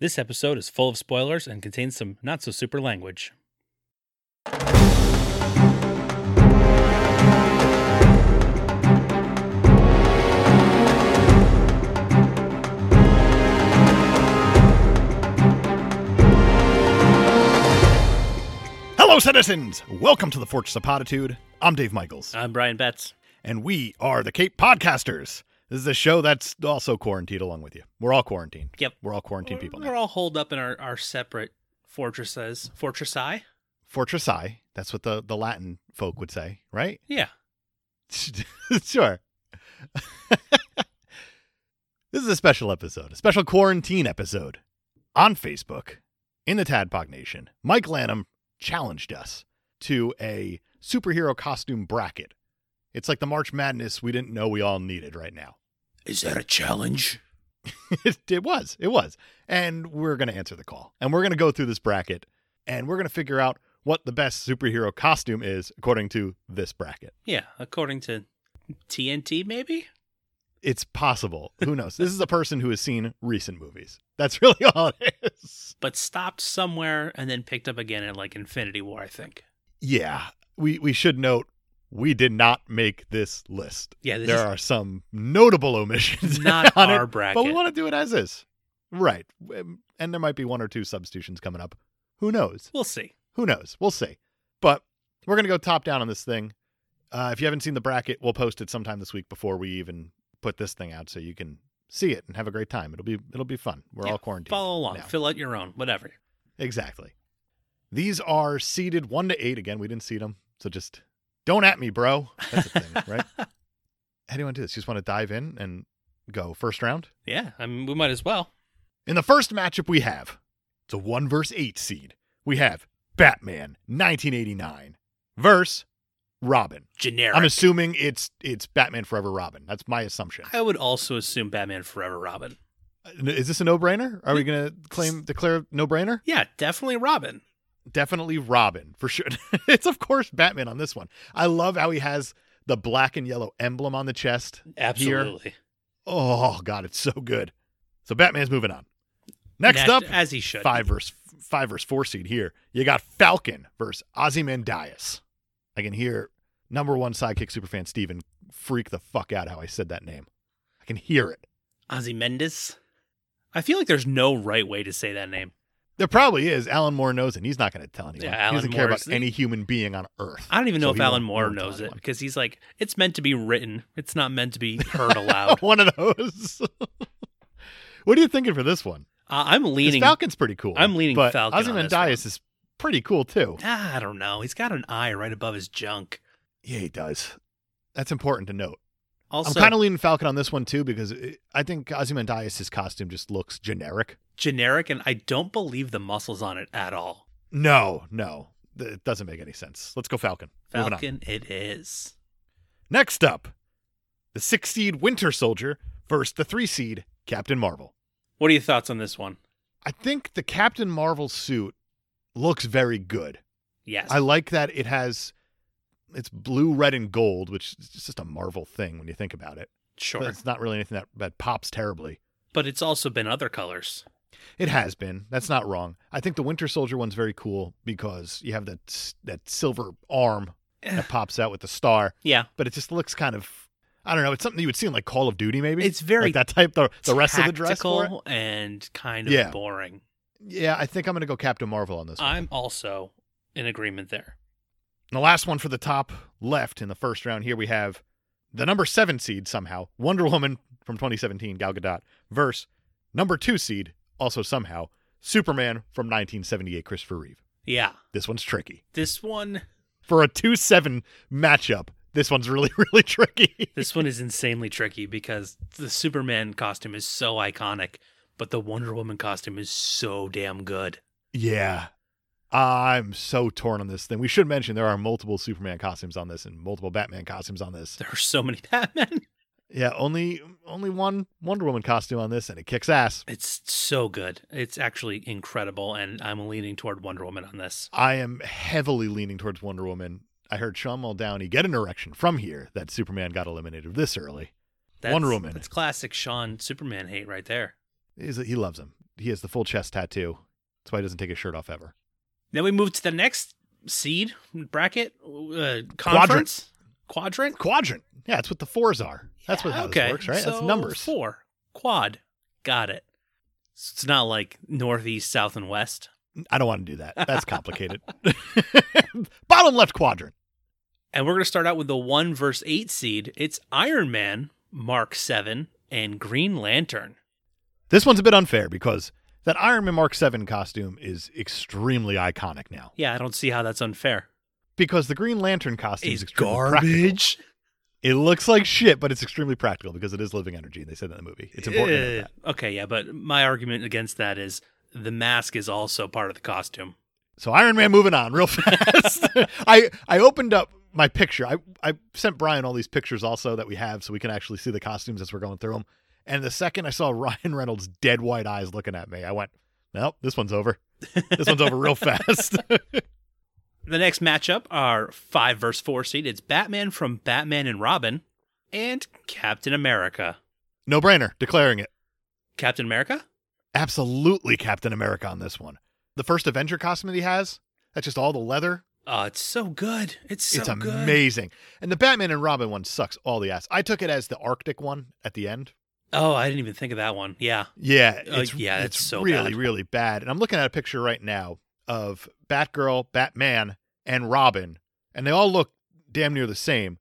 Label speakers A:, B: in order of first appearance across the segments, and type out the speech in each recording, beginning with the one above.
A: This episode is full of spoilers and contains some not so super language.
B: Hello, citizens! Welcome to the Fortress of Potitude. I'm Dave Michaels,
A: I'm Brian Betts.
B: and we are the Cape Podcasters. This is a show that's also quarantined along with you. We're all quarantined.
A: Yep.
B: We're all quarantined people
A: We're
B: now.
A: all holed up in our, our separate fortresses. Fortress I?
B: Fortress I, that's what the, the Latin folk would say, right?
A: Yeah.
B: sure. this is a special episode, a special quarantine episode. On Facebook, in the Tadpog Nation, Mike Lanham challenged us to a superhero costume bracket. It's like the March Madness we didn't know we all needed right now.
C: Is that a challenge?
B: it, it was. It was. And we're going to answer the call. And we're going to go through this bracket and we're going to figure out what the best superhero costume is according to this bracket.
A: Yeah. According to TNT, maybe?
B: It's possible. Who knows? this is a person who has seen recent movies. That's really all it is.
A: But stopped somewhere and then picked up again at like Infinity War, I think.
B: Yeah. We we should note we did not make this list.
A: Yeah. This
B: there
A: is
B: are some notable omissions
A: not
B: on
A: our
B: it,
A: bracket.
B: but we want to do it as is. Right. Um, And there might be one or two substitutions coming up. Who knows?
A: We'll see.
B: Who knows? We'll see. But we're going to go top down on this thing. Uh, if you haven't seen the bracket, we'll post it sometime this week before we even put this thing out, so you can see it and have a great time. It'll be it'll be fun. We're
A: Yeah,
B: all quarantined.
A: Follow along.
B: now.
A: Fill out your own. Whatever.
B: Exactly. These are seeded one to eight. Again, we didn't seed them, so just don't at me, bro. That's a thing, right? How do you want to do this? You just want to dive in and go first round.
A: Yeah. I mean, we might as well.
B: In the first matchup, we have it's a one verse eight seed. We have Batman 1989 versus Robin.
A: Generic.
B: I'm assuming it's it's Batman Forever Robin. That's my assumption.
A: I would also assume Batman Forever Robin.
B: Is this a no-brainer? Are we going to claim declare no-brainer?
A: Yeah, definitely Robin.
B: Definitely Robin for sure. it's of course Batman on this one. I love how he has the black and yellow emblem on the chest.
A: Absolutely.
B: Oh god, it's so good. So Batman's moving on. Next
A: And
B: up,
A: as- as he should.
B: five verse five verse four seed here. You got Falcon versus Ozymandias. I can hear number one sidekick superfan Steven freak the fuck out how I said that name. I can hear it.
A: Ozymandias. I feel like there's no right way to say that name.
B: There probably is. Alan Moore knows, and he's not going to tell anyone.
A: Yeah,
B: he
A: Alan
B: doesn't care
A: Moore
B: about
A: is-
B: any human being on Earth.
A: I don't even know if
B: So he
A: Alan
B: won't-
A: Moore
B: won't tell
A: knows it
B: anyone.
A: because he's like, it's meant to be written. It's not meant to be heard aloud. uh,
B: Oh, One of those. what are you thinking for this one? 'Cause
A: I'm leaning.
B: Falcon's pretty cool.
A: I'm leaning
B: but
A: Falcon on this
B: Ozymandias is pretty cool too.
A: Ah, I don't know. He's got an eye right above his junk.
B: Yeah, he does. That's important to note.
A: Also,
B: I'm kind of leaning Falcon on this one too because it, I think Ozymandias' costume just looks generic.
A: generic, and I don't believe the muscles on it at all.
B: No, no, th- it doesn't make any sense. Let's go Falcon. Moving on.
A: Falcon, it is.
B: Next up, the six seed Winter Soldier versus the three seed Captain Marvel.
A: What are your thoughts on this one?
B: I think the Captain Marvel suit looks very good.
A: Yes.
B: I like that it has it's blue, red, and gold, which is just a Marvel thing when you think about it.
A: sure.
B: But it's not really anything that, that pops terribly.
A: but it's also been other colors.
B: It has been. That's not wrong. I think the Winter Soldier one's very cool because you have that s- that silver arm that pops out with the star,
A: Yeah.
B: but it just looks kind of I don't know. It's something you would see in like Call of Duty, maybe.
A: It's very
B: like that type. The the rest of the dress for it.
A: tactical and kind of
B: Yeah.
A: boring.
B: Yeah, I think I'm gonna go Captain Marvel on this. one.
A: I'm also in agreement there.
B: And the last one for the top left in the first round here, we have the number seven seed somehow, Wonder Woman from 2017, Gal Gadot, versus number two seed, also somehow, Superman from 1978, Christopher Reeve.
A: Yeah.
B: This one's tricky.
A: This one
B: For a 2 7 matchup, this one's really, really tricky.
A: this one is insanely tricky because the Superman costume is so iconic, but the Wonder Woman costume is so damn good.
B: yeah. I'm so torn on this thing. We should mention there are multiple Superman costumes on this and multiple Batman costumes on this.
A: There are so many Batman.
B: Yeah, only only one Wonder Woman costume on this and it kicks ass.
A: It's so good. It's actually incredible and I'm leaning toward Wonder Woman on this.
B: I am heavily leaning towards Wonder Woman. I heard Sean Muldowney get an erection from here that Superman got eliminated this early.
A: That's,
B: Wonder Woman.
A: That's classic Sean Superman hate right there.
B: He's, he loves him. he has the full chest tattoo. That's why he doesn't take his shirt off ever.
A: Then we move to the next seed bracket uh, conference quadrant.
B: Quadrant. Quadrant. Yeah, it's what the fours are. That's what how
A: okay.
B: this works, right? That's
A: so
B: numbers.
A: Four quad. Got it. So it's not like northeast, south, and west.
B: I don't want to do that. That's complicated. Bottom left quadrant.
A: And we're going to start out with the one verse eight seed. It's Iron Man, Mark Seven, and Green Lantern.
B: This one's a bit unfair because that Iron Man Mark 7 costume is extremely iconic now
A: Yeah, I don't see how that's unfair.
B: because the Green Lantern costume is
A: It's
B: extremely practical. It looks like shit, but it's extremely practical because it is living energy. and They said that in the movie. It's important. to know
A: Eh,
B: that.
A: Okay, yeah, but my argument against that is the mask is also part of the costume.
B: So Iron Man moving on real fast. I I opened up my picture. I I sent Brian all these pictures also that we have so we can actually see the costumes as we're going through them. And the second I saw Ryan Reynolds' dead white eyes looking at me, I went, "Nope, this one's over. This one's over real fast."
A: The next matchup are five verse four seed. It's Batman from Batman and Robin, and Captain America.
B: no brainer, declaring it.
A: Captain America?
B: Absolutely Captain America on this one. The first Avenger costume that he has, that's just all the leather.
A: Oh, it's so good. It's so
B: it's
A: good.
B: amazing. And the Batman and Robin one sucks all the ass. I took it as the Arctic one at the end
A: Oh, I didn't even think of that one. Yeah.
B: Yeah,
A: Uh,
B: it's,
A: yeah,
B: it's
A: it's so
B: really,
A: bad.
B: really bad. And I'm looking at a picture right now of Batgirl, Batman, and Robin, and they all look damn near the same.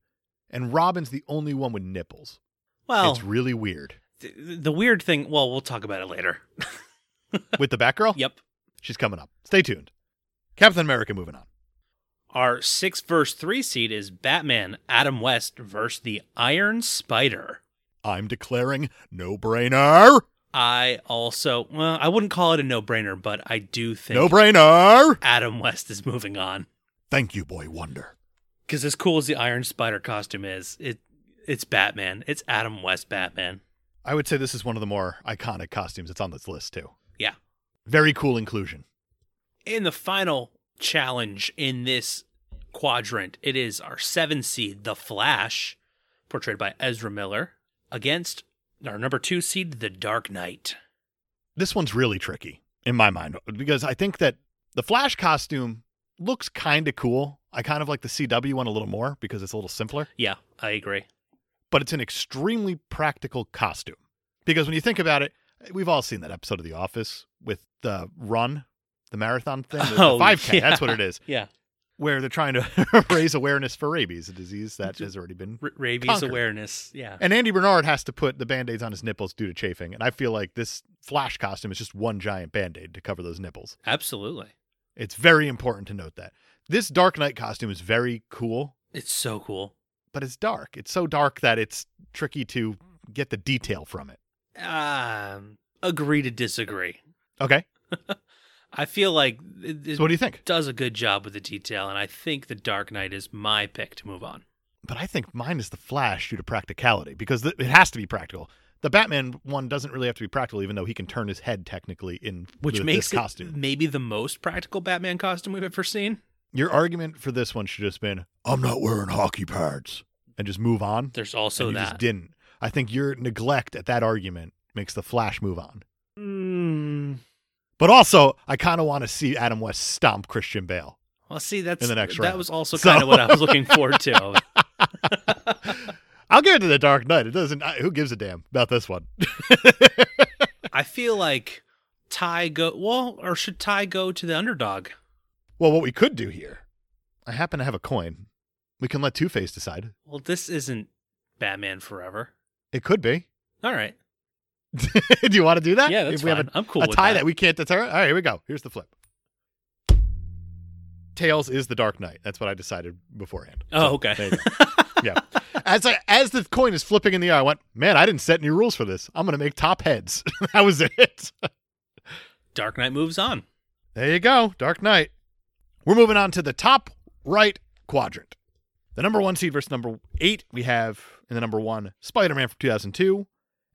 B: And Robin's the only one with nipples.
A: Well,
B: It's really weird.
A: th- the weird thing, well, we'll talk about it later.
B: With the Batgirl,
A: Yep.
B: she's coming up. Stay tuned. Captain America moving on.
A: Our six verse three seed is Batman Adam West versus the Iron Spider.
B: I'm declaring no brainer.
A: I also, well, I wouldn't call it a no brainer, but I do think
B: No brainer.
A: Adam West is moving on.
B: Thank you, Boy Wonder.
A: Because as cool as the Iron Spider costume is, it it's Batman. It's Adam West Batman.
B: I would say this is one of the more iconic costumes that's on this list, too.
A: Yeah.
B: Very cool inclusion.
A: In the final challenge in this quadrant, it is our seven seed, The Flash, portrayed by Ezra Miller, against our number two seed, The Dark Knight.
B: this one's really tricky in my mind because I think that the Flash costume looks kind of cool. I kind of like the CW one a little more because it's a little simpler,
A: Yeah, I agree.
B: but it's an extremely practical costume. Because when you think about it, we've all seen that episode of The Office with the run, the marathon thing, the, the
A: Oh,
B: 5K,
A: yeah.
B: that's what it is,
A: Yeah,
B: where they're trying to raise awareness for rabies, a disease that has already been.
A: R- rabies
B: Conquer.
A: awareness. Yeah,
B: And Andy Bernard has to put the band aids on his nipples due to chafing. And I feel like this Flash costume is just one giant band aid to cover those nipples.
A: absolutely.
B: It's very important to note that. This Dark Knight costume is very cool,
A: It's so cool.
B: but it's dark. It's so dark that it's tricky to get the detail from it.
A: Um, agree to disagree.
B: Okay.
A: I feel like it, it
B: So what do you think?
A: does a good job with the detail, and I think The Dark Knight is my pick to move on.
B: But I think mine is the Flash due to practicality because th- it has to be practical. The Batman one doesn't really have to be practical, even though he can turn his head technically in
A: which
B: th-
A: makes
B: this
A: it
B: costume.
A: maybe the most practical Batman costume we've ever seen.
B: Your argument for this one should have just been, "I'm not wearing hockey pads," and just move on.
A: There's also
B: and you
A: that.
B: just didn't. I think your neglect at that argument makes the Flash move on.
A: Mm,
B: But also, I kind of want to see Adam West stomp Christian Bale.
A: well, see, that's
B: In the next
A: that
B: round.
A: was also
B: So-
A: kind of what I was looking forward to.
B: I'll give it to the Dark Knight. It doesn't. I, who gives a damn about this one?
A: I feel like Ty go well, or should Ty go to the underdog?
B: well, what we could do here, I happen to have a coin. We can let Two Face decide.
A: Well, this isn't Batman Forever.
B: It could be.
A: All right,
B: do you want to do that?
A: yeah, that's
B: If we
A: fine.
B: have
A: I'm
B: a,
A: cool
B: a
A: with
B: tie that.
A: that.
B: we can't deter. All right, here we go. Here's the flip. Tails is the Dark Knight. That's what I decided beforehand.
A: Oh,
B: So,
A: okay.
B: there you go. yeah. As I, as the coin is flipping in the air, I went, man, I didn't set any rules for this. I'm gonna make top heads. that was it.
A: Dark Knight moves on.
B: There you go, Dark Knight. We're moving on to the top right quadrant. The number one seed versus number eight, we have in the number one Spider Man from 2002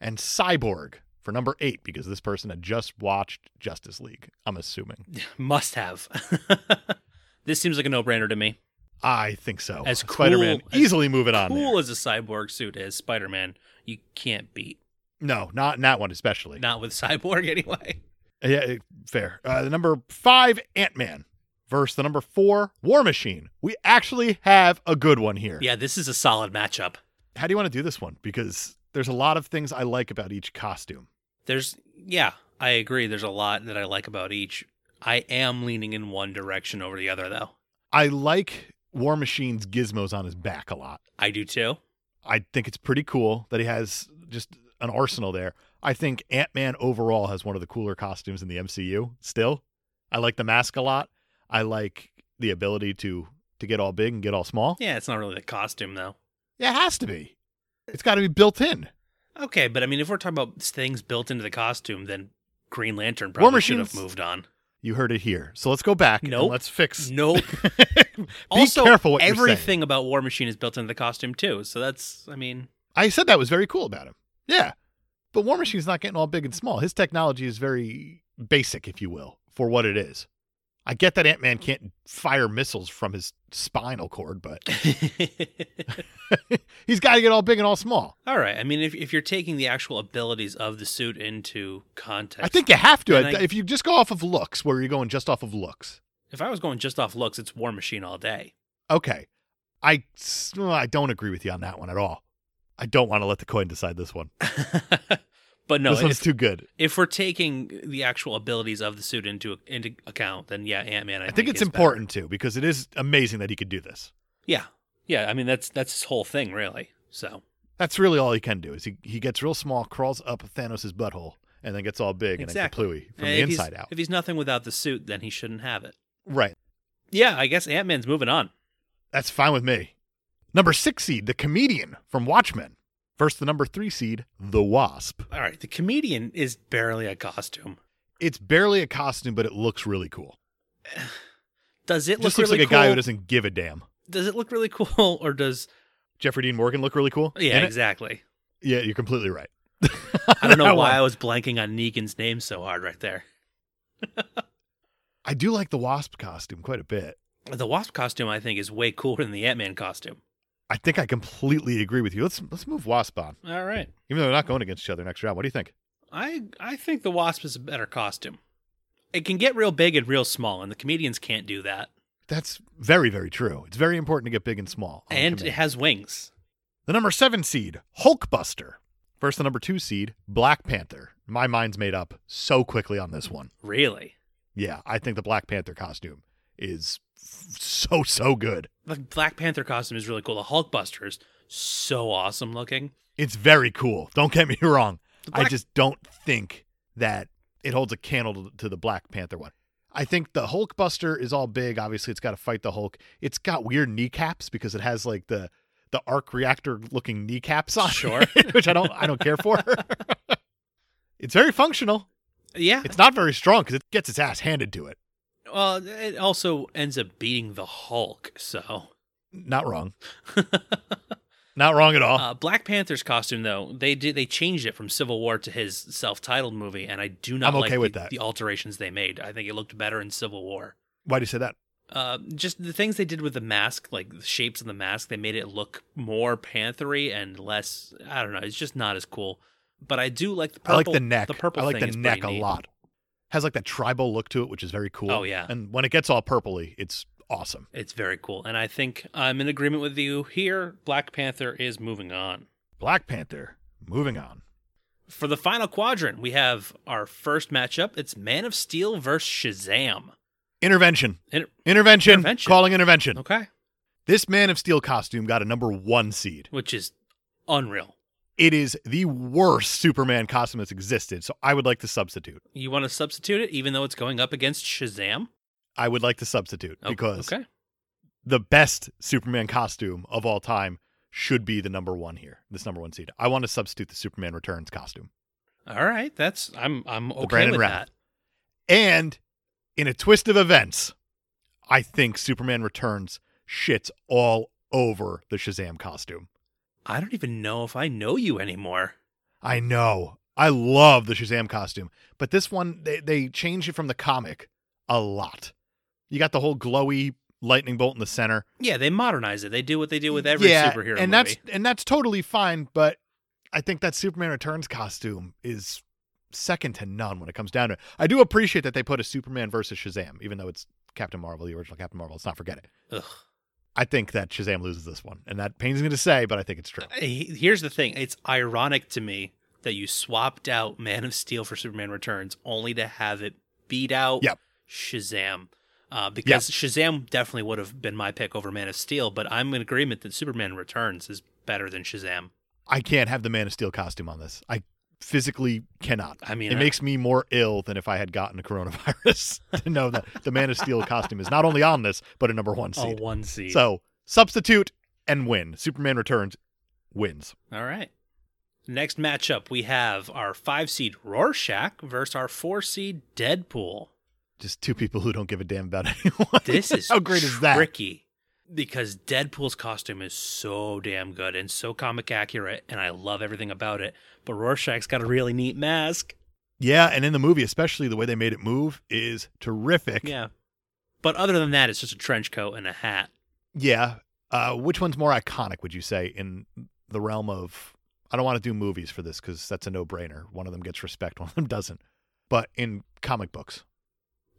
B: and Cyborg for number eight, because this person had just watched Justice League, I'm assuming.
A: Must have. this seems like a no-brainer to me.
B: I think so.
A: As
B: Spider Man
A: cool- as
B: easily moving on.
A: cool
B: there.
A: as a cyborg suit is, Spider-Man, you can't beat.
B: No, not in that one, especially.
A: Not with cyborg anyway.
B: Yeah, it- fair. Uh, the number five, Ant Man, versus the number four, War Machine. We actually have a good one here.
A: Yeah, this is a solid matchup.
B: How do you want to do this one? Because there's a lot of things I like about each costume.
A: There's yeah, I agree. There's a lot that I like about each. I am leaning in one direction over the other though.
B: I like War Machine's gizmos on his back a lot.
A: I do too.
B: I think it's pretty cool that he has just an arsenal there. I think Ant Man overall has one of the cooler costumes in the MCU still. I like the mask a lot. I like the ability to to get all big and get all small.
A: Yeah, it's not really the costume though.
B: Yeah, it has to be. It's got to be built in.
A: Okay, but I mean if we're talking about things built into the costume, then Green Lantern
B: War
A: probably should have
B: Machine's-
A: moved on.
B: You heard it here. So let's go back and
A: Nope.
B: let's fix.
A: Nope.
B: Be
A: also,
B: careful what you're saying.
A: everything about War Machine is built into the costume too. So that's I mean
B: I said that was very cool about him. Yeah. But War Machine's not getting all big and small. His technology is very basic, if you will, for what it is. I get that Ant Man can't fire missiles from his spinal cord, but he's got to get all big and all small.
A: All right. I mean if if you're taking the actual abilities of the suit into context.
B: I think you have to.
A: And I-
B: if you just go off of looks, where you're going just off of looks,
A: if I was going just off looks, it's War Machine all day.
B: okay. I, s- I don't agree with you on that one at all. I don't want to let the coin decide this one.
A: but no,
B: this one's
A: if,
B: too good.
A: if we're taking the actual abilities of the suit into into account, then yeah, Ant Man. I,
B: I think it's
A: is better.
B: important too because it is amazing that he could do this.
A: Yeah, yeah. I mean, that's that's his whole thing, really. So
B: That's really all he can do is he, he gets real small, crawls up Thanos' butthole, and then gets all big
A: Exactly.
B: and then kaplooey from
A: eh,
B: the
A: if he's-
B: inside out.
A: If he's nothing without the suit, then he shouldn't have it.
B: Right.
A: Yeah, I guess Ant Man's moving on.
B: That's fine with me. Number six seed, the comedian from Watchmen, versus the number three seed, the Wasp.
A: All right, the comedian is barely a costume.
B: It's barely a costume, but it looks really cool.
A: Does it
B: It just
A: look
B: looks
A: really
B: like a guy
A: cool?
B: who doesn't give a damn.
A: Does it look really cool, or does
B: Jeffrey Dean Morgan look really cool?
A: yeah,
B: in it?
A: exactly?
B: yeah, you're completely right.
A: I don't know
B: That
A: why
B: one.
A: I was blanking on Negan's name so hard right there.
B: I do like the Wasp costume quite a bit.
A: The Wasp costume, I think, is way cooler than the Ant Man costume.
B: I think I completely agree with you. Let's let's move Wasp on,
A: All right.
B: even though they're not going against each other next round. What do you think?
A: I I think the wasp is a better costume. It can get real big and real small, and the comedians can't do that.
B: That's very, very true. It's very important to get big and small. Oh, on
A: and it
B: command.
A: has wings.
B: the number seven seed, Hulkbuster, versus the number two seed, Black Panther. My mind's made up so quickly on this one.
A: Really,
B: Yeah, I think the Black Panther costume is f- so, so good.
A: the Black Panther costume is really cool. The Hulkbuster is so awesome looking.
B: It's very cool. Don't get me wrong.
A: The
B: I
A: Black-
B: just don't think that it holds a candle to, to the Black Panther one. I think the Hulkbuster is all big. Obviously, it's got to fight the Hulk. It's got weird kneecaps because it has like the the arc reactor looking kneecaps on,
A: Sure.
B: it, which I don't I don't care for. it's very functional.
A: yeah.
B: It's not very strong because it gets its ass handed to it.
A: Well, it also ends up beating the Hulk.
B: Oh.
A: So,
B: Not wrong. Not wrong at all.
A: uh, Black Panther's costume though they did they changed it from Civil War to his self-titled movie, and I do not
B: I'm
A: like
B: okay with
A: the,
B: that.
A: the alterations they made. I think it looked better in Civil War.
B: Why do you say that?
A: uh, just the things they did with the mask, like the shapes of the mask, they made it look more panthery and less. I don't know. It's just not as cool. But I do like the purple.
B: I like the neck.
A: The purple.
B: I like
A: thing
B: the
A: is
B: neck a
A: pretty neat.
B: lot. Has like that tribal look to it, which is very cool.
A: Oh, yeah.
B: And when it gets all purpley, it's awesome.
A: It's very cool, and I think I'm in agreement with you here. Black Panther is moving on.
B: Black Panther. Moving on.
A: For the final quadrant, we have our first matchup. It's Man of Steel versus Shazam.
B: Intervention.
A: Inter-
B: intervention.
A: Intervention.
B: Calling intervention.
A: Okay,
B: This Man of Steel costume got a number one seed.
A: which is unreal.
B: It is the worst Superman costume that's existed. So I would like to substitute.
A: You want to substitute it, even though it's going up against Shazam?
B: I would like to substitute
A: Oh,
B: because
A: okay,
B: the best Superman costume of all time should be the number one here. This number one seed. I want to substitute the Superman Returns costume.
A: all right, that's I'm I'm okay
B: Brandon
A: with
B: Routh.
A: that.
B: And in a twist of events, I think Superman Returns shits all over the Shazam costume.
A: I don't even know if I know you anymore.
B: I know. I love the Shazam costume, but this one they they changed it from the comic a lot. You got the whole glowy lightning bolt in the center.
A: Yeah, they modernize it. They do what they do with every superhero movie.
B: and that's and that's totally fine. But I think that Superman Returns costume is second to none when it comes down to it. I do appreciate that they put a Superman versus Shazam, even though it's Captain Marvel, the original Captain Marvel. Let's not forget it.
A: Ugh.
B: I think that Shazam loses this one, and that pains me to say, but I think it's true.
A: I- Here's the thing. It's ironic to me that you swapped out Man of Steel for Superman Returns only to have it beat out
B: Yep.
A: Shazam. Uh, because Shazam definitely would have been my pick over Man of Steel, but I'm in agreement that Superman Returns is better than Shazam.
B: I can't have the Man of Steel costume on this. I physically cannot.
A: I mean,
B: it
A: I-
B: makes me more ill than if I had gotten a coronavirus to know that the Man of Steel costume is not only on this, but a number one
A: Oh,
B: seed.
A: one seed.
B: So substitute and win. Superman Returns wins.
A: All right. Next matchup, we have our five seed Rorschach versus our four seed Deadpool.
B: Just two people who don't give a damn about anyone.
A: This is
B: how great is that?
A: Tricky because Deadpool's costume is so damn good and so comic accurate, and I love everything about it. But Rorschach's got a really neat mask.
B: Yeah, and in the movie, especially the way they made it move is terrific.
A: Yeah. But other than that, it's just a trench coat and a hat.
B: Yeah. Uh, which one's more iconic, would you say, in the realm of? I don't want to do movies for this because that's a no-brainer. One of them gets respect, one of them doesn't. But in comic books,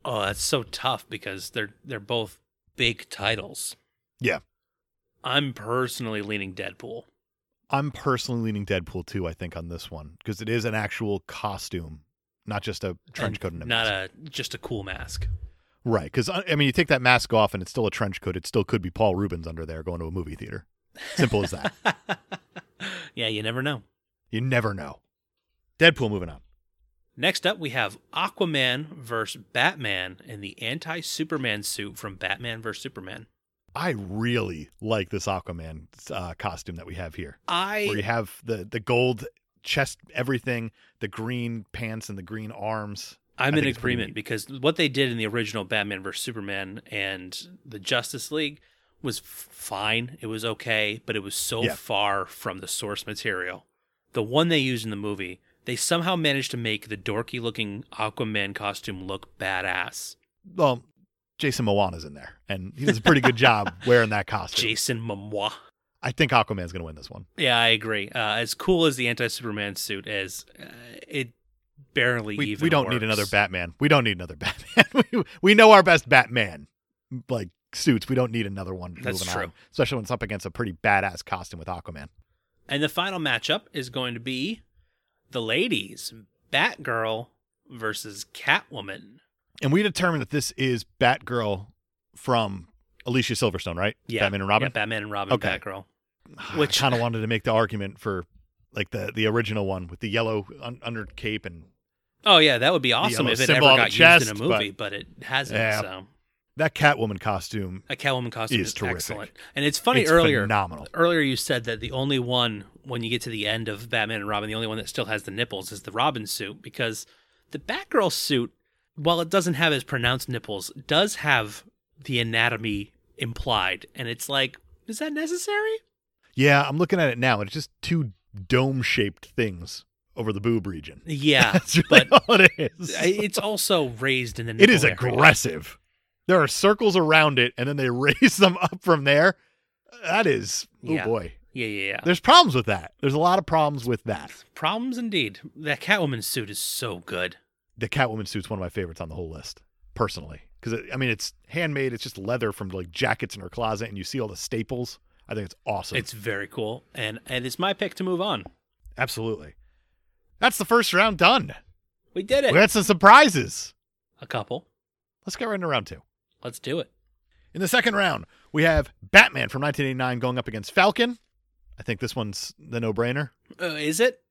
A: Oh, that's so tough because they're they're both big titles.
B: Yeah.
A: I'm personally leaning Deadpool.
B: I'm personally leaning Deadpool too. I think on this one because it is an actual costume, not just a trench coat and a
A: not
B: mask.
A: a just a cool mask.
B: right? Because I I mean, you take that mask off and it's still a trench coat. It still could be Paul Rubens under there going to a movie theater. Simple as that.
A: yeah, you never know.
B: You never know. Deadpool moving on.
A: Next up, we have Aquaman versus Batman in the anti Superman suit from Batman versus Superman.
B: I really like this Aquaman uh, costume that we have here. where you
A: I
B: have the the gold chest everything the green pants and the green arms
A: I'm
B: I
A: in
B: think it's pretty
A: agreement
B: neat.
A: because what they did in the original Batman versus Superman and the Justice League was f- fine. It was okay, but it was so
B: Yeah.
A: far from the source material. The one they used in the movie, they somehow managed to make the dorky looking Aquaman costume look badass.
B: well jason moana's in there and he does a pretty good job wearing that costume
A: Jason Momoa.
B: i think aquaman's gonna win this one
A: Yeah, I agree. Uh, as cool as the anti Superman suit is, uh, it barely
B: we,
A: even.
B: we don't need
A: works.
B: another batman we don't need another batman we, we know our best batman like suits we don't need another one
A: That's
B: moving
A: true.
B: on especially when it's up against a pretty badass costume with aquaman
A: And the final matchup is going to be the ladies, Batgirl versus Catwoman.
B: and we determined that this is batgirl from alicia silverstone right
A: Yeah,
B: batman and robin
A: Yeah, Batman and Robin.
B: Okay.
A: Batgirl.
B: which
A: Which-
B: kind of wanted to make the argument for like the the original one with the yellow un- under cape and
A: Oh yeah, that would be awesome
B: yellow
A: if it ever
B: symbol on
A: got
B: the
A: used in
B: chest,
A: a movie, but, it hasn't.
B: Yeah.
A: So
B: that Catwoman costume
A: a Catwoman costume
B: Is
A: is,
B: terrific.
A: excellent. And it's funny
B: it's
A: earlier.
B: phenomenal.
A: Earlier, you said that the only one, when you get to the end of Batman and Robin, the only one that still has the nipples is the Robin suit because the Batgirl suit, while it doesn't have as pronounced nipples, does have the anatomy implied. And it's like, is that necessary?
B: Yeah, I'm looking at it now and it's just two dome shaped things over the boob region.
A: Yeah.
B: That's really
A: but
B: all it is.
A: I- it's also raised in the nipple
B: it is
A: area.
B: aggressive. There are circles around it and then they raise them up from there. That is oh
A: Yeah.
B: boy.
A: Yeah, yeah, yeah.
B: There's problems with that. There's a lot of problems with that.
A: Problems indeed. That Catwoman suit is so good.
B: the Catwoman suit's one of my favorites on the whole list, personally. Because I mean, it's handmade. It's just leather from like jackets in her closet, and you see all the staples. I think it's awesome.
A: It's very cool. And, and it's my pick to move on.
B: absolutely. That's the first round done.
A: We did it.
B: We had some surprises.
A: a couple.
B: Let's get right into round two.
A: Let's do it.
B: In the second round, we have Batman from 1989 going up against Falcon. I think this one's the no-brainer.
A: Uh, is it?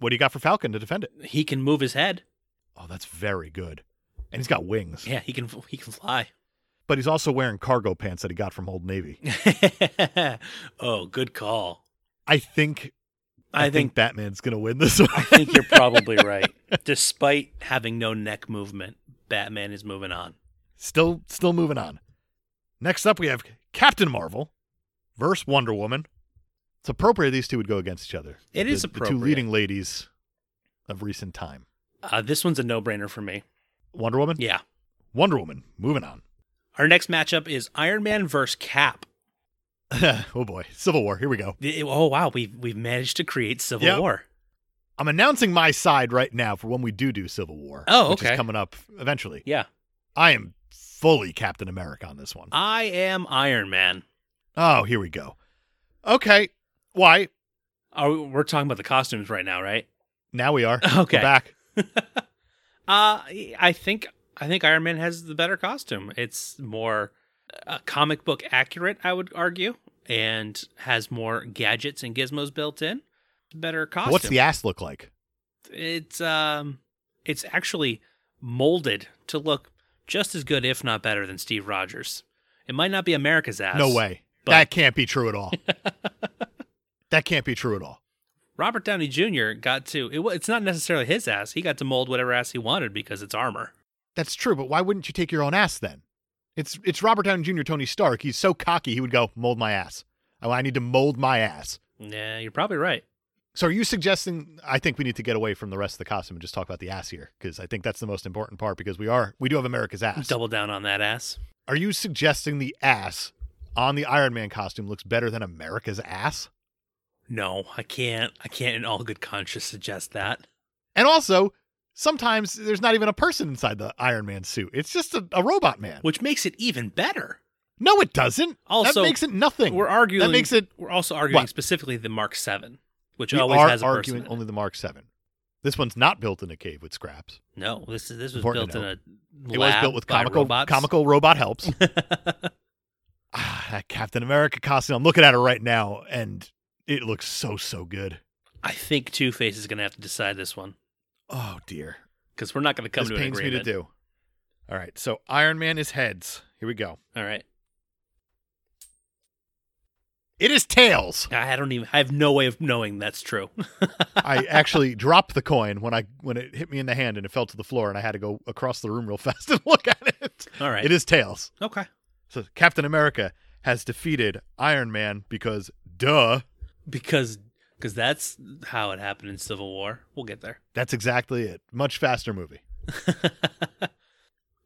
B: What do you got for Falcon to defend it?
A: He can move his head.
B: Oh, that's very good. And he's got wings,
A: Yeah, he can he can fly.
B: but he's also wearing cargo pants that he got from Old Navy.
A: oh, good call.
B: I think
A: I, think,
B: Batman's gonna win this one.
A: I think you're probably right. Despite having no neck movement, Batman is moving on.
B: still still moving on. Next up we have Captain Marvel versus Wonder Woman. It's appropriate these two would go against each other.
A: It
B: It is
A: is
B: The two
A: appropriate.
B: leading ladies of recent time.
A: Uh, this one's a no-brainer for me.
B: Wonder Woman?
A: Yeah.
B: Wonder Woman, moving on.
A: Our next matchup is Iron Man versus Cap.
B: oh boy. Civil War, here we go.
A: The- Oh wow, we have we've managed to create civil
B: Yep.
A: war.
B: I'm announcing my side right now for when we do do Civil War.
A: Oh,
B: Which
A: okay.
B: is coming up eventually.
A: Yeah.
B: I am fully Captain America on this one.
A: I am Iron Man.
B: oh, here we go. Okay. Why?
A: Are we, Oh, we're talking about the costumes right now, right?
B: Now we are.
A: Okay.
B: We're back.
A: Uh, I think I think Iron Man has the better costume. It's more uh, comic book accurate, I would argue, and has more gadgets and gizmos built in. Better costume.
B: What's the ass look like?
A: It's um, it's actually molded to look just as good, if not better, than Steve Rogers. It might not be America's ass.
B: No way.
A: but-
B: that can't be true at all. that can't be true at all.
A: Robert Downey Jr. got to. It, wa- it's not necessarily his ass. He got to mold whatever ass he wanted because it's armor.
B: That's true, but why wouldn't you take your own ass then? It's it's Robert Downey Jr. Tony Stark. He's so cocky he would go mold my ass. Oh, I need to mold my ass.
A: Yeah, you're probably right.
B: So are you suggesting I think we need to get away from the rest of the costume and just talk about the ass here because I think that's the most important part because we are we do have America's ass.
A: Double down on that ass.
B: Are you suggesting the ass on the Iron Man costume looks better than America's ass?
A: No, I can't. I can't in all good conscience suggest that.
B: And also, sometimes there's not even a person inside the Iron Man suit. It's just a, a robot man.
A: Which makes it even better.
B: No, it doesn't.
A: Also,
B: that makes it nothing.
A: We're arguing
B: that makes it
A: we're also arguing
B: What?
A: specifically the Mark 7, which
B: we
A: always
B: are
A: has a person.
B: arguing
A: in it.
B: only the Mark Seven. This one's not built in a cave with scraps.
A: No, this is this was
B: Important
A: built
B: to
A: in a lab
B: It was built with
A: by
B: comical
A: robots.
B: comical robot helps. Ah, that Captain America costume. I'm looking at it right now, and it looks so so good.
A: I think Two-Face is going to have to decide this one
B: Oh dear,
A: cuz we're not going to come
B: this
A: to an
B: pains me
A: agreement.
B: to do. All right, so Iron Man is heads. Here we go.
A: All right.
B: It is tails.
A: I don't even I have no way of knowing that's true.
B: I actually dropped the coin when I when it hit me in the hand and it fell to the floor, and I had to go across the room real fast and look at it.
A: All right.
B: It is tails.
A: okay.
B: So Captain America has defeated Iron Man because duh,
A: Because cuz that's how it happened in Civil War. We'll get there.
B: that's exactly it. Much faster movie.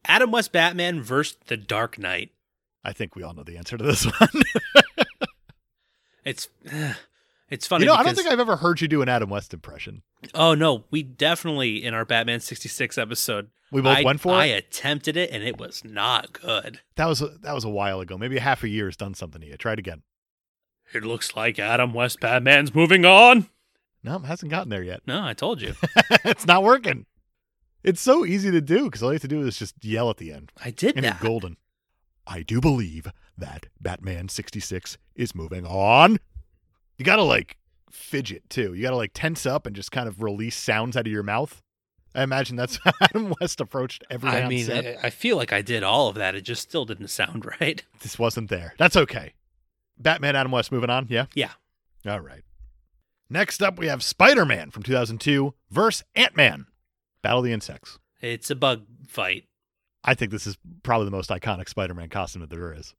A: Adam West Batman versus the Dark Knight.
B: I think we all know the answer to this one.
A: It's it's funny.
B: you know, I don't
A: because-
B: think I've ever heard you do an Adam West impression.
A: Oh no, we definitely in our Batman sixty six episode
B: We both
A: I,
B: went for
A: I
B: it.
A: attempted it and it was not good.
B: That was a, that was a while ago. Maybe a half a year has done something to you. Try it again.
A: It looks like Adam West Batman's moving on.
B: No, it hasn't gotten there yet.
A: No, I told you.
B: it's not working. It's so easy to do because all you have to do is just yell at the end,
A: I did
B: and
A: that.
B: you're golden. I do believe that Batman sixty six is moving on. You gotta like fidget too. You gotta like tense up and just kind of release sounds out of your mouth. I imagine that's how Adam West approached everyone.
A: I
B: on
A: mean,
B: set.
A: I, I feel like I did all of that. It just still didn't sound right.
B: this wasn't there. That's okay. Batman, Adam West, moving on. Yeah.
A: Yeah.
B: All right. Next up, we have Spider Man from 2002 versus Ant Man. Battle of the Insects.
A: It's a bug fight.
B: I think this is probably the most iconic Spider Man costume that there is.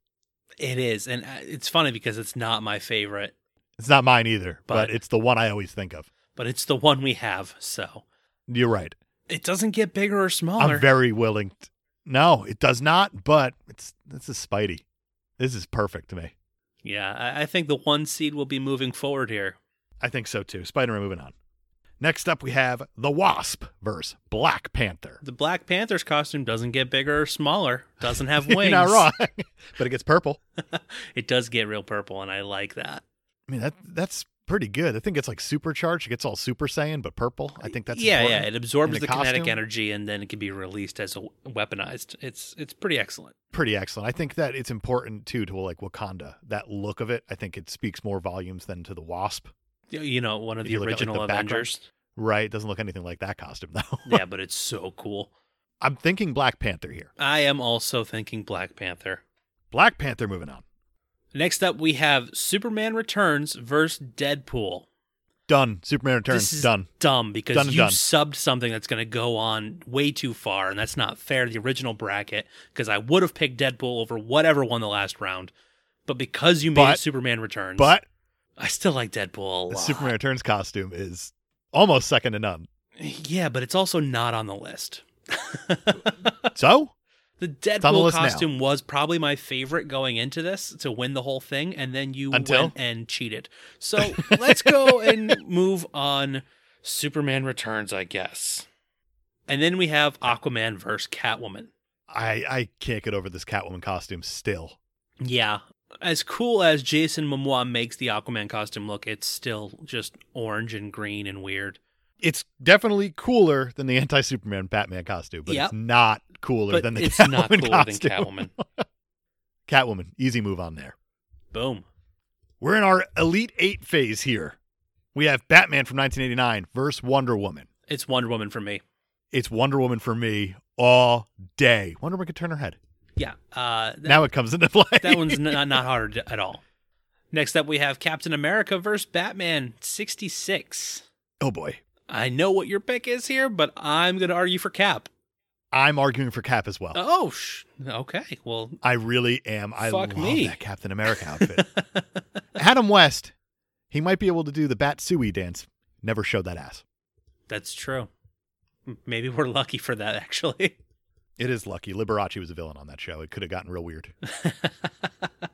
A: It is, and uh, it's funny because it's not my favorite,
B: It's not mine either, but
A: But-
B: it's the one I always think of.
A: but it's the one we have. So
B: You're right.
A: it doesn't get bigger or smaller.
B: I'm very willing. t- no, it does not. But it's this is Spidey. This is perfect to me.
A: yeah, I, I think the one seed will be moving forward here.
B: I think so too. Spider-Man. Moving on. Next up, we have the Wasp versus Black Panther.
A: The Black Panther's costume doesn't get bigger or smaller. Doesn't have
B: You're
A: wings.
B: not wrong. but it gets purple.
A: It does get real purple, and I like that.
B: I mean, that that's pretty good. I think it's like supercharged. It gets all Super Saiyan, but purple. I think that's
A: yeah,
B: important.
A: yeah. It absorbs
B: In
A: the
B: the
A: kinetic
B: costume?
A: energy, and then it can be released as a weaponized. It's it's pretty excellent.
B: pretty excellent. I think that it's important too to like Wakanda. That look of it. I think it speaks more volumes than to the Wasp.
A: You- You know, one of
B: If
A: the
B: you look at, like,
A: original
B: the background.
A: Avengers.
B: Right? Doesn't look anything like that costume though.
A: yeah, but it's so cool.
B: I'm thinking Black Panther here.
A: I am also thinking Black Panther.
B: Black Panther. Moving on.
A: Next up, we have Superman Returns versus Deadpool.
B: Done. Superman Returns.
A: This is
B: done.
A: dumb because
B: Done and
A: you
B: done.
A: subbed something that's going to go on way too far, and that's not fair to the original bracket because I would have picked Deadpool over whatever won the last round. But because you made
B: But-
A: it Superman Returns,
B: But
A: I still like Deadpool a
B: the
A: lot.
B: Superman Returns costume is almost second to none.
A: Yeah, but it's also not on the list. The
B: So on the
A: Deadpool
B: list now.
A: costume was probably my favorite going into this to win the whole thing, and then you
B: Until?
A: went and cheated. So let's go and move on Superman Returns, I guess. And then we have Aquaman versus Catwoman.
B: I I can't get over this Catwoman costume still.
A: Yeah. As cool as Jason Momoa makes the Aquaman costume look, it's still just orange and green and weird.
B: It's definitely cooler than the anti-Superman Batman costume, but
A: Yep.
B: it's not cooler
A: but
B: than the
A: it's
B: Catwoman
A: not cooler
B: costume.
A: than Catwoman.
B: Catwoman, easy move on there.
A: Boom.
B: We're in our Elite 8 phase here. We have Batman from 1989 versus Wonder Woman.
A: It's Wonder Woman for me.
B: It's Wonder Woman for me all day. Wonder Woman could turn her head.
A: Yeah. Uh, that,
B: now it comes into play.
A: that one's not, not hard to- at all. Next up, we have Captain America versus Batman 66.
B: oh boy.
A: I know what your pick is here, but I'm going to argue for Cap.
B: I'm arguing for Cap as well.
A: Oh, sh- okay. Well,
B: I really am. I
A: Fuck
B: love
A: me.
B: that Captain America outfit. Adam West, he might be able to do the Bat Suey dance. Never showed that ass.
A: that's true. M- Maybe we're lucky for that, actually.
B: It is lucky. Liberace was a villain on that show. It could have gotten real weird.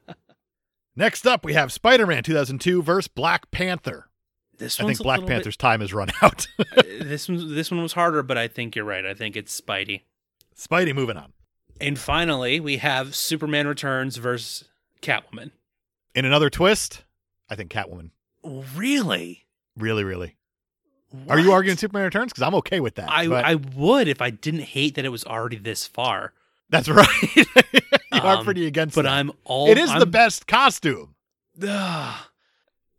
B: Next up, we have Spider Man 2002 versus Black Panther.
A: This
B: I
A: one's
B: think
A: a
B: Black
A: little bit-
B: Panther's time has run out.
A: uh, this one, this one was harder, but I think you're right. I think it's Spidey.
B: Spidey moving on.
A: And finally, we have Superman Returns versus Catwoman.
B: In another twist, I think Catwoman.
A: Really?
B: Really, really. Are you
A: What?
B: arguing Superman Returns? Because I'm okay with that.
A: I
B: but
A: I would if I didn't hate that it was already this far.
B: that's right. you are
A: Um,
B: pretty against
A: But
B: that.
A: I'm all
B: It is the
A: I'm-
B: best costume,
A: Ugh.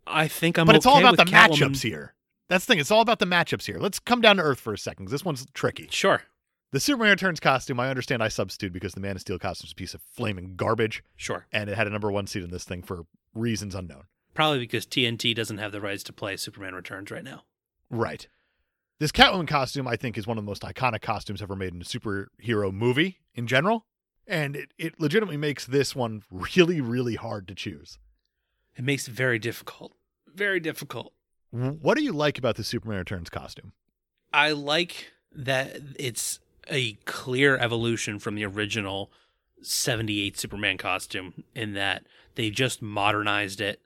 A: I think I'm.
B: but it's all
A: okay
B: about the
A: with Catwoman.
B: matchups here. That's the thing. It's all about the matchups here. Let's come down to earth for a second. 'cause This one's tricky.
A: Sure,
B: The Superman Returns costume, I understand I substitute because the Man of Steel costume is a piece of flaming garbage,
A: sure.
B: and it had a number one seat in this thing for reasons unknown.
A: Probably because TNT doesn't have the rights to play Superman Returns right now.
B: Right. This Catwoman costume, I think, is one of the most iconic costumes ever made in a superhero movie in general. And it, it legitimately makes this one really, really hard to choose.
A: It makes it very difficult. Very difficult.
B: What do you like about the Superman Returns costume?
A: I like that it's a clear evolution from the original 78 Superman costume in that they just modernized it.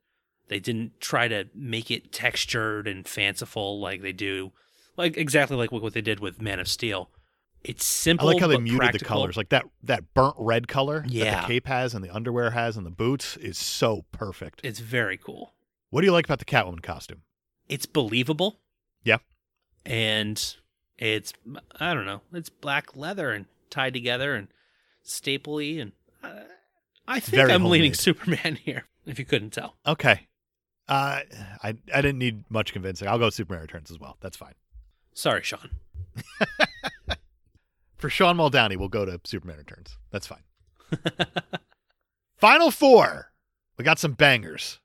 A: They didn't try to make it textured and fanciful like they do, like exactly like what they did with Man of Steel. It's
B: I
A: simple.
B: like how they
A: but
B: muted the
A: practical.
B: colors, like that that burnt red color that
A: Yeah.
B: the cape has and the underwear has and the boots is so perfect.
A: It's very cool.
B: What do you like about the Catwoman costume?
A: It's believable.
B: Yeah.
A: And it's I don't know. It's black leather and tied together and stapley and uh, I think
B: very
A: I'm leaning
B: homemade.
A: Superman here. If you couldn't tell,
B: Okay, uh, I I didn't need much convincing. I'll go Superman Returns as well. That's fine.
A: sorry, Sean.
B: For Sean Muldowney, we'll go to Superman Returns. That's fine. final four. We got some bangers.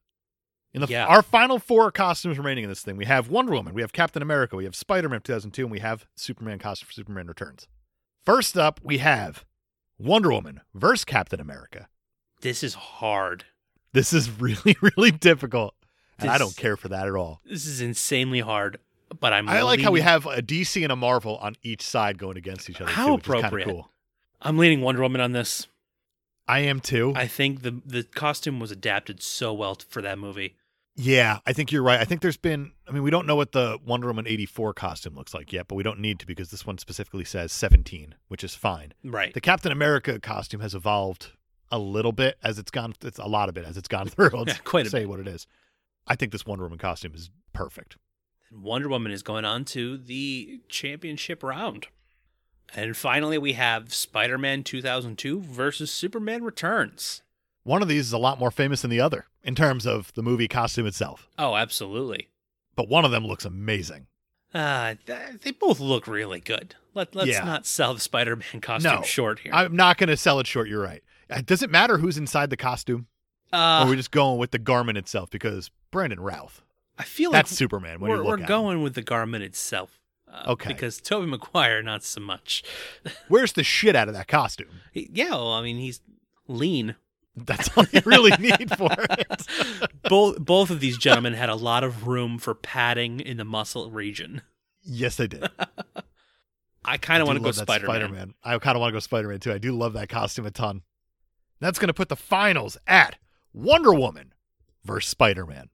B: In the
A: Yeah.
B: our final four costumes remaining in this thing, we have Wonder Woman, we have Captain America, we have Spider Man 2002, and we have Superman costume for Superman Returns. First up, we have Wonder Woman versus Captain America.
A: This is hard.
B: This is really, really difficult, and I
A: This-
B: don't care for that at all.
A: This is insanely hard. But I'm.
B: I like how we
A: leaning-
B: have a DC and a Marvel on each side going against each other.
A: How
B: too, which is kinda
A: appropriate.
B: Cool.
A: I'm leaning Wonder Woman on this.
B: I am too.
A: I think the the costume was adapted so well t- for that movie.
B: Yeah, I think you're right. I think there's been, I mean, we don't know what the Wonder Woman 84 costume looks like yet, but we don't need to because this one specifically says 17, which is fine.
A: Right.
B: The Captain America costume has evolved a little bit as it's gone, it's a lot of it as it's gone through. Let's
A: Yeah, quite a
B: say
A: bit.
B: what it is. I think this Wonder Woman costume is perfect.
A: Wonder Woman is going on to the championship round. And finally, we have Spider Man 2002 versus Superman Returns.
B: One of these is a lot more famous than the other in terms of the movie costume itself,
A: Oh, absolutely.
B: but one of them looks amazing.
A: Uh, th- they both look really good. Let, let's
B: Yeah.
A: not sell the Spider Man costume
B: No,
A: short here. Uh,
B: I'm not going to sell it short. You're right. Uh, It doesn't matter who's inside the costume, or
A: uh,
B: we're just going with the garment itself because Brandon Routh.
A: I feel like
B: That's Superman when
A: we're,
B: you look
A: we're
B: at
A: going with the garment itself. Uh,
B: Okay.
A: Because Toby Maguire, not so much.
B: him. Wears the shit out of that costume.
A: He- Yeah, well, I mean, he's lean.
B: That's all you really need for it.
A: both, both of these gentlemen had a lot of room for padding in the muscle region.
B: Yes, they did.
A: I kind of want to go Spider Man.
B: Man. I kind of want to go Spider Man too. I do love that costume a ton. That's going to put the finals at Wonder Woman versus Spider Man.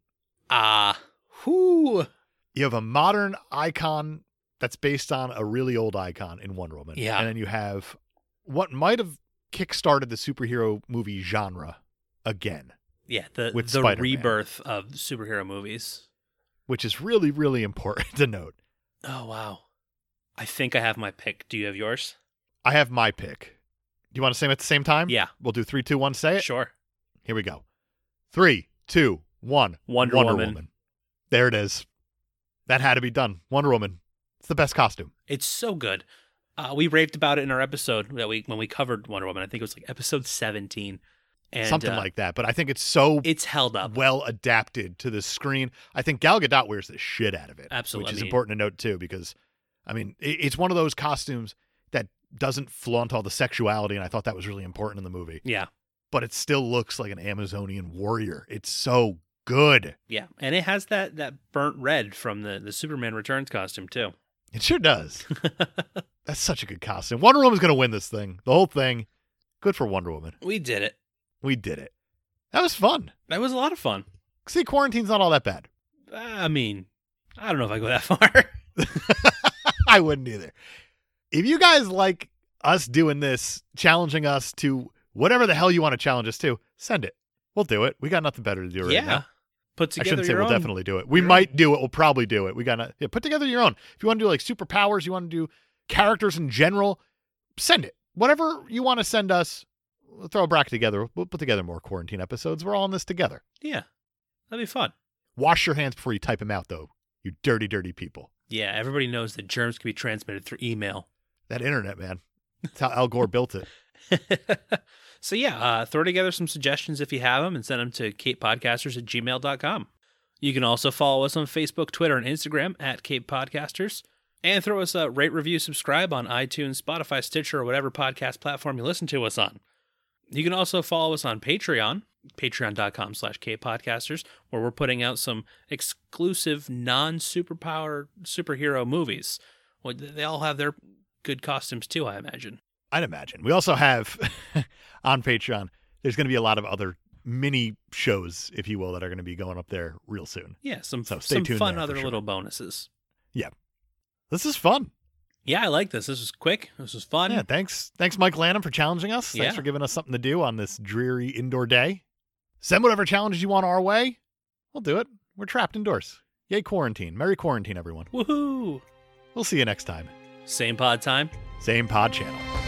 A: Ah, whoo.
B: you have a modern icon that's based on a really old icon in Wonder Woman.
A: Yeah.
B: And then you have what might have kickstarted the superhero movie genre again,
A: Yeah, the
B: With
A: the
B: Spider-Man.
A: rebirth of superhero movies.
B: which is really, really important to note.
A: Oh wow. I think I have my pick. Do you have yours?
B: I have my pick. Do you want to say them at the same time?
A: Yeah.
B: We'll do three, two, one, say it.
A: Sure.
B: Here we go. Three, two, one.
A: Wonder Woman.
B: There it is. That had to be done. Wonder Woman. It's the best costume.
A: It's so good. Uh, we raved about it in our episode that we when we covered Wonder Woman. I think it was like episode seventeen, and
B: Something
A: uh,
B: like that. But I think it's so
A: it's held up.
B: well adapted to the screen. I think Gal Gadot wears the shit out of it,
A: Absolutely.
B: which is important to note too, because I mean, it, it's one of those costumes that doesn't flaunt all the sexuality, and I thought that was really important in the movie.
A: yeah,
B: But it still looks like an Amazonian warrior. It's so good.
A: yeah, and it has that that burnt red from the the Superman Returns costume too.
B: It sure does. That's such a good costume. Wonder Woman's gonna win this thing. The whole thing. Good for Wonder Woman.
A: we did it.
B: We did it. That was fun.
A: That was a lot of fun.
B: See, quarantine's not all that bad.
A: I mean, I don't know if I go that far.
B: I wouldn't either. If you guys like us doing this, challenging us to whatever the hell you want to challenge us to, send it. We'll do it. We got nothing better to do right
A: yeah,
B: now.
A: put
B: I
A: together
B: shouldn't say
A: your
B: we'll
A: own.
B: definitely do it. We
A: your own-
B: might do it. We'll probably do it. We got to yeah, put together your own. If you want to do like superpowers, you want to do characters in general, send it. Whatever you want to send us, we'll throw a bracket together. We'll put together more quarantine episodes. We're all in this together.
A: Yeah, that'd be fun.
B: Wash your hands before you type them out, though, you dirty, dirty people.
A: Yeah, everybody knows that germs can be transmitted through email.
B: That internet, man. That's how Al Gore built it.
A: so yeah, uh, throw together some suggestions if you have them and send them to capepodcasters at gmail.com. You can also follow us on Facebook, Twitter, and Instagram at Cape Podcasters. And throw us a rate, review, subscribe on iTunes, Spotify, Stitcher, or whatever podcast platform you listen to us on. You can also follow us on Patreon, patreon.com slash kpodcasters, where we're putting out some exclusive non-superpower superhero movies. Well, They all have their good costumes too, I imagine.
B: I'd imagine. We also have on Patreon, there's going to be a lot of other mini shows, if you will, that are going to be going up there real soon.
A: Yeah, some
B: So stay
A: some
B: tuned
A: fun
B: there for
A: other
B: sure.
A: little bonuses.
B: This is fun.
A: Yeah, I like this. This was quick. This was fun.
B: Yeah, thanks. Thanks, Mike Lanham, for challenging us. Thanks
A: Yeah.
B: for giving us something to do on this dreary indoor day. Send whatever challenges you want our way. We'll do it. We're trapped indoors. Yay, quarantine. Merry quarantine, everyone.
A: Woohoo!
B: We'll see you next time.
A: Same pod time.
B: Same pod channel.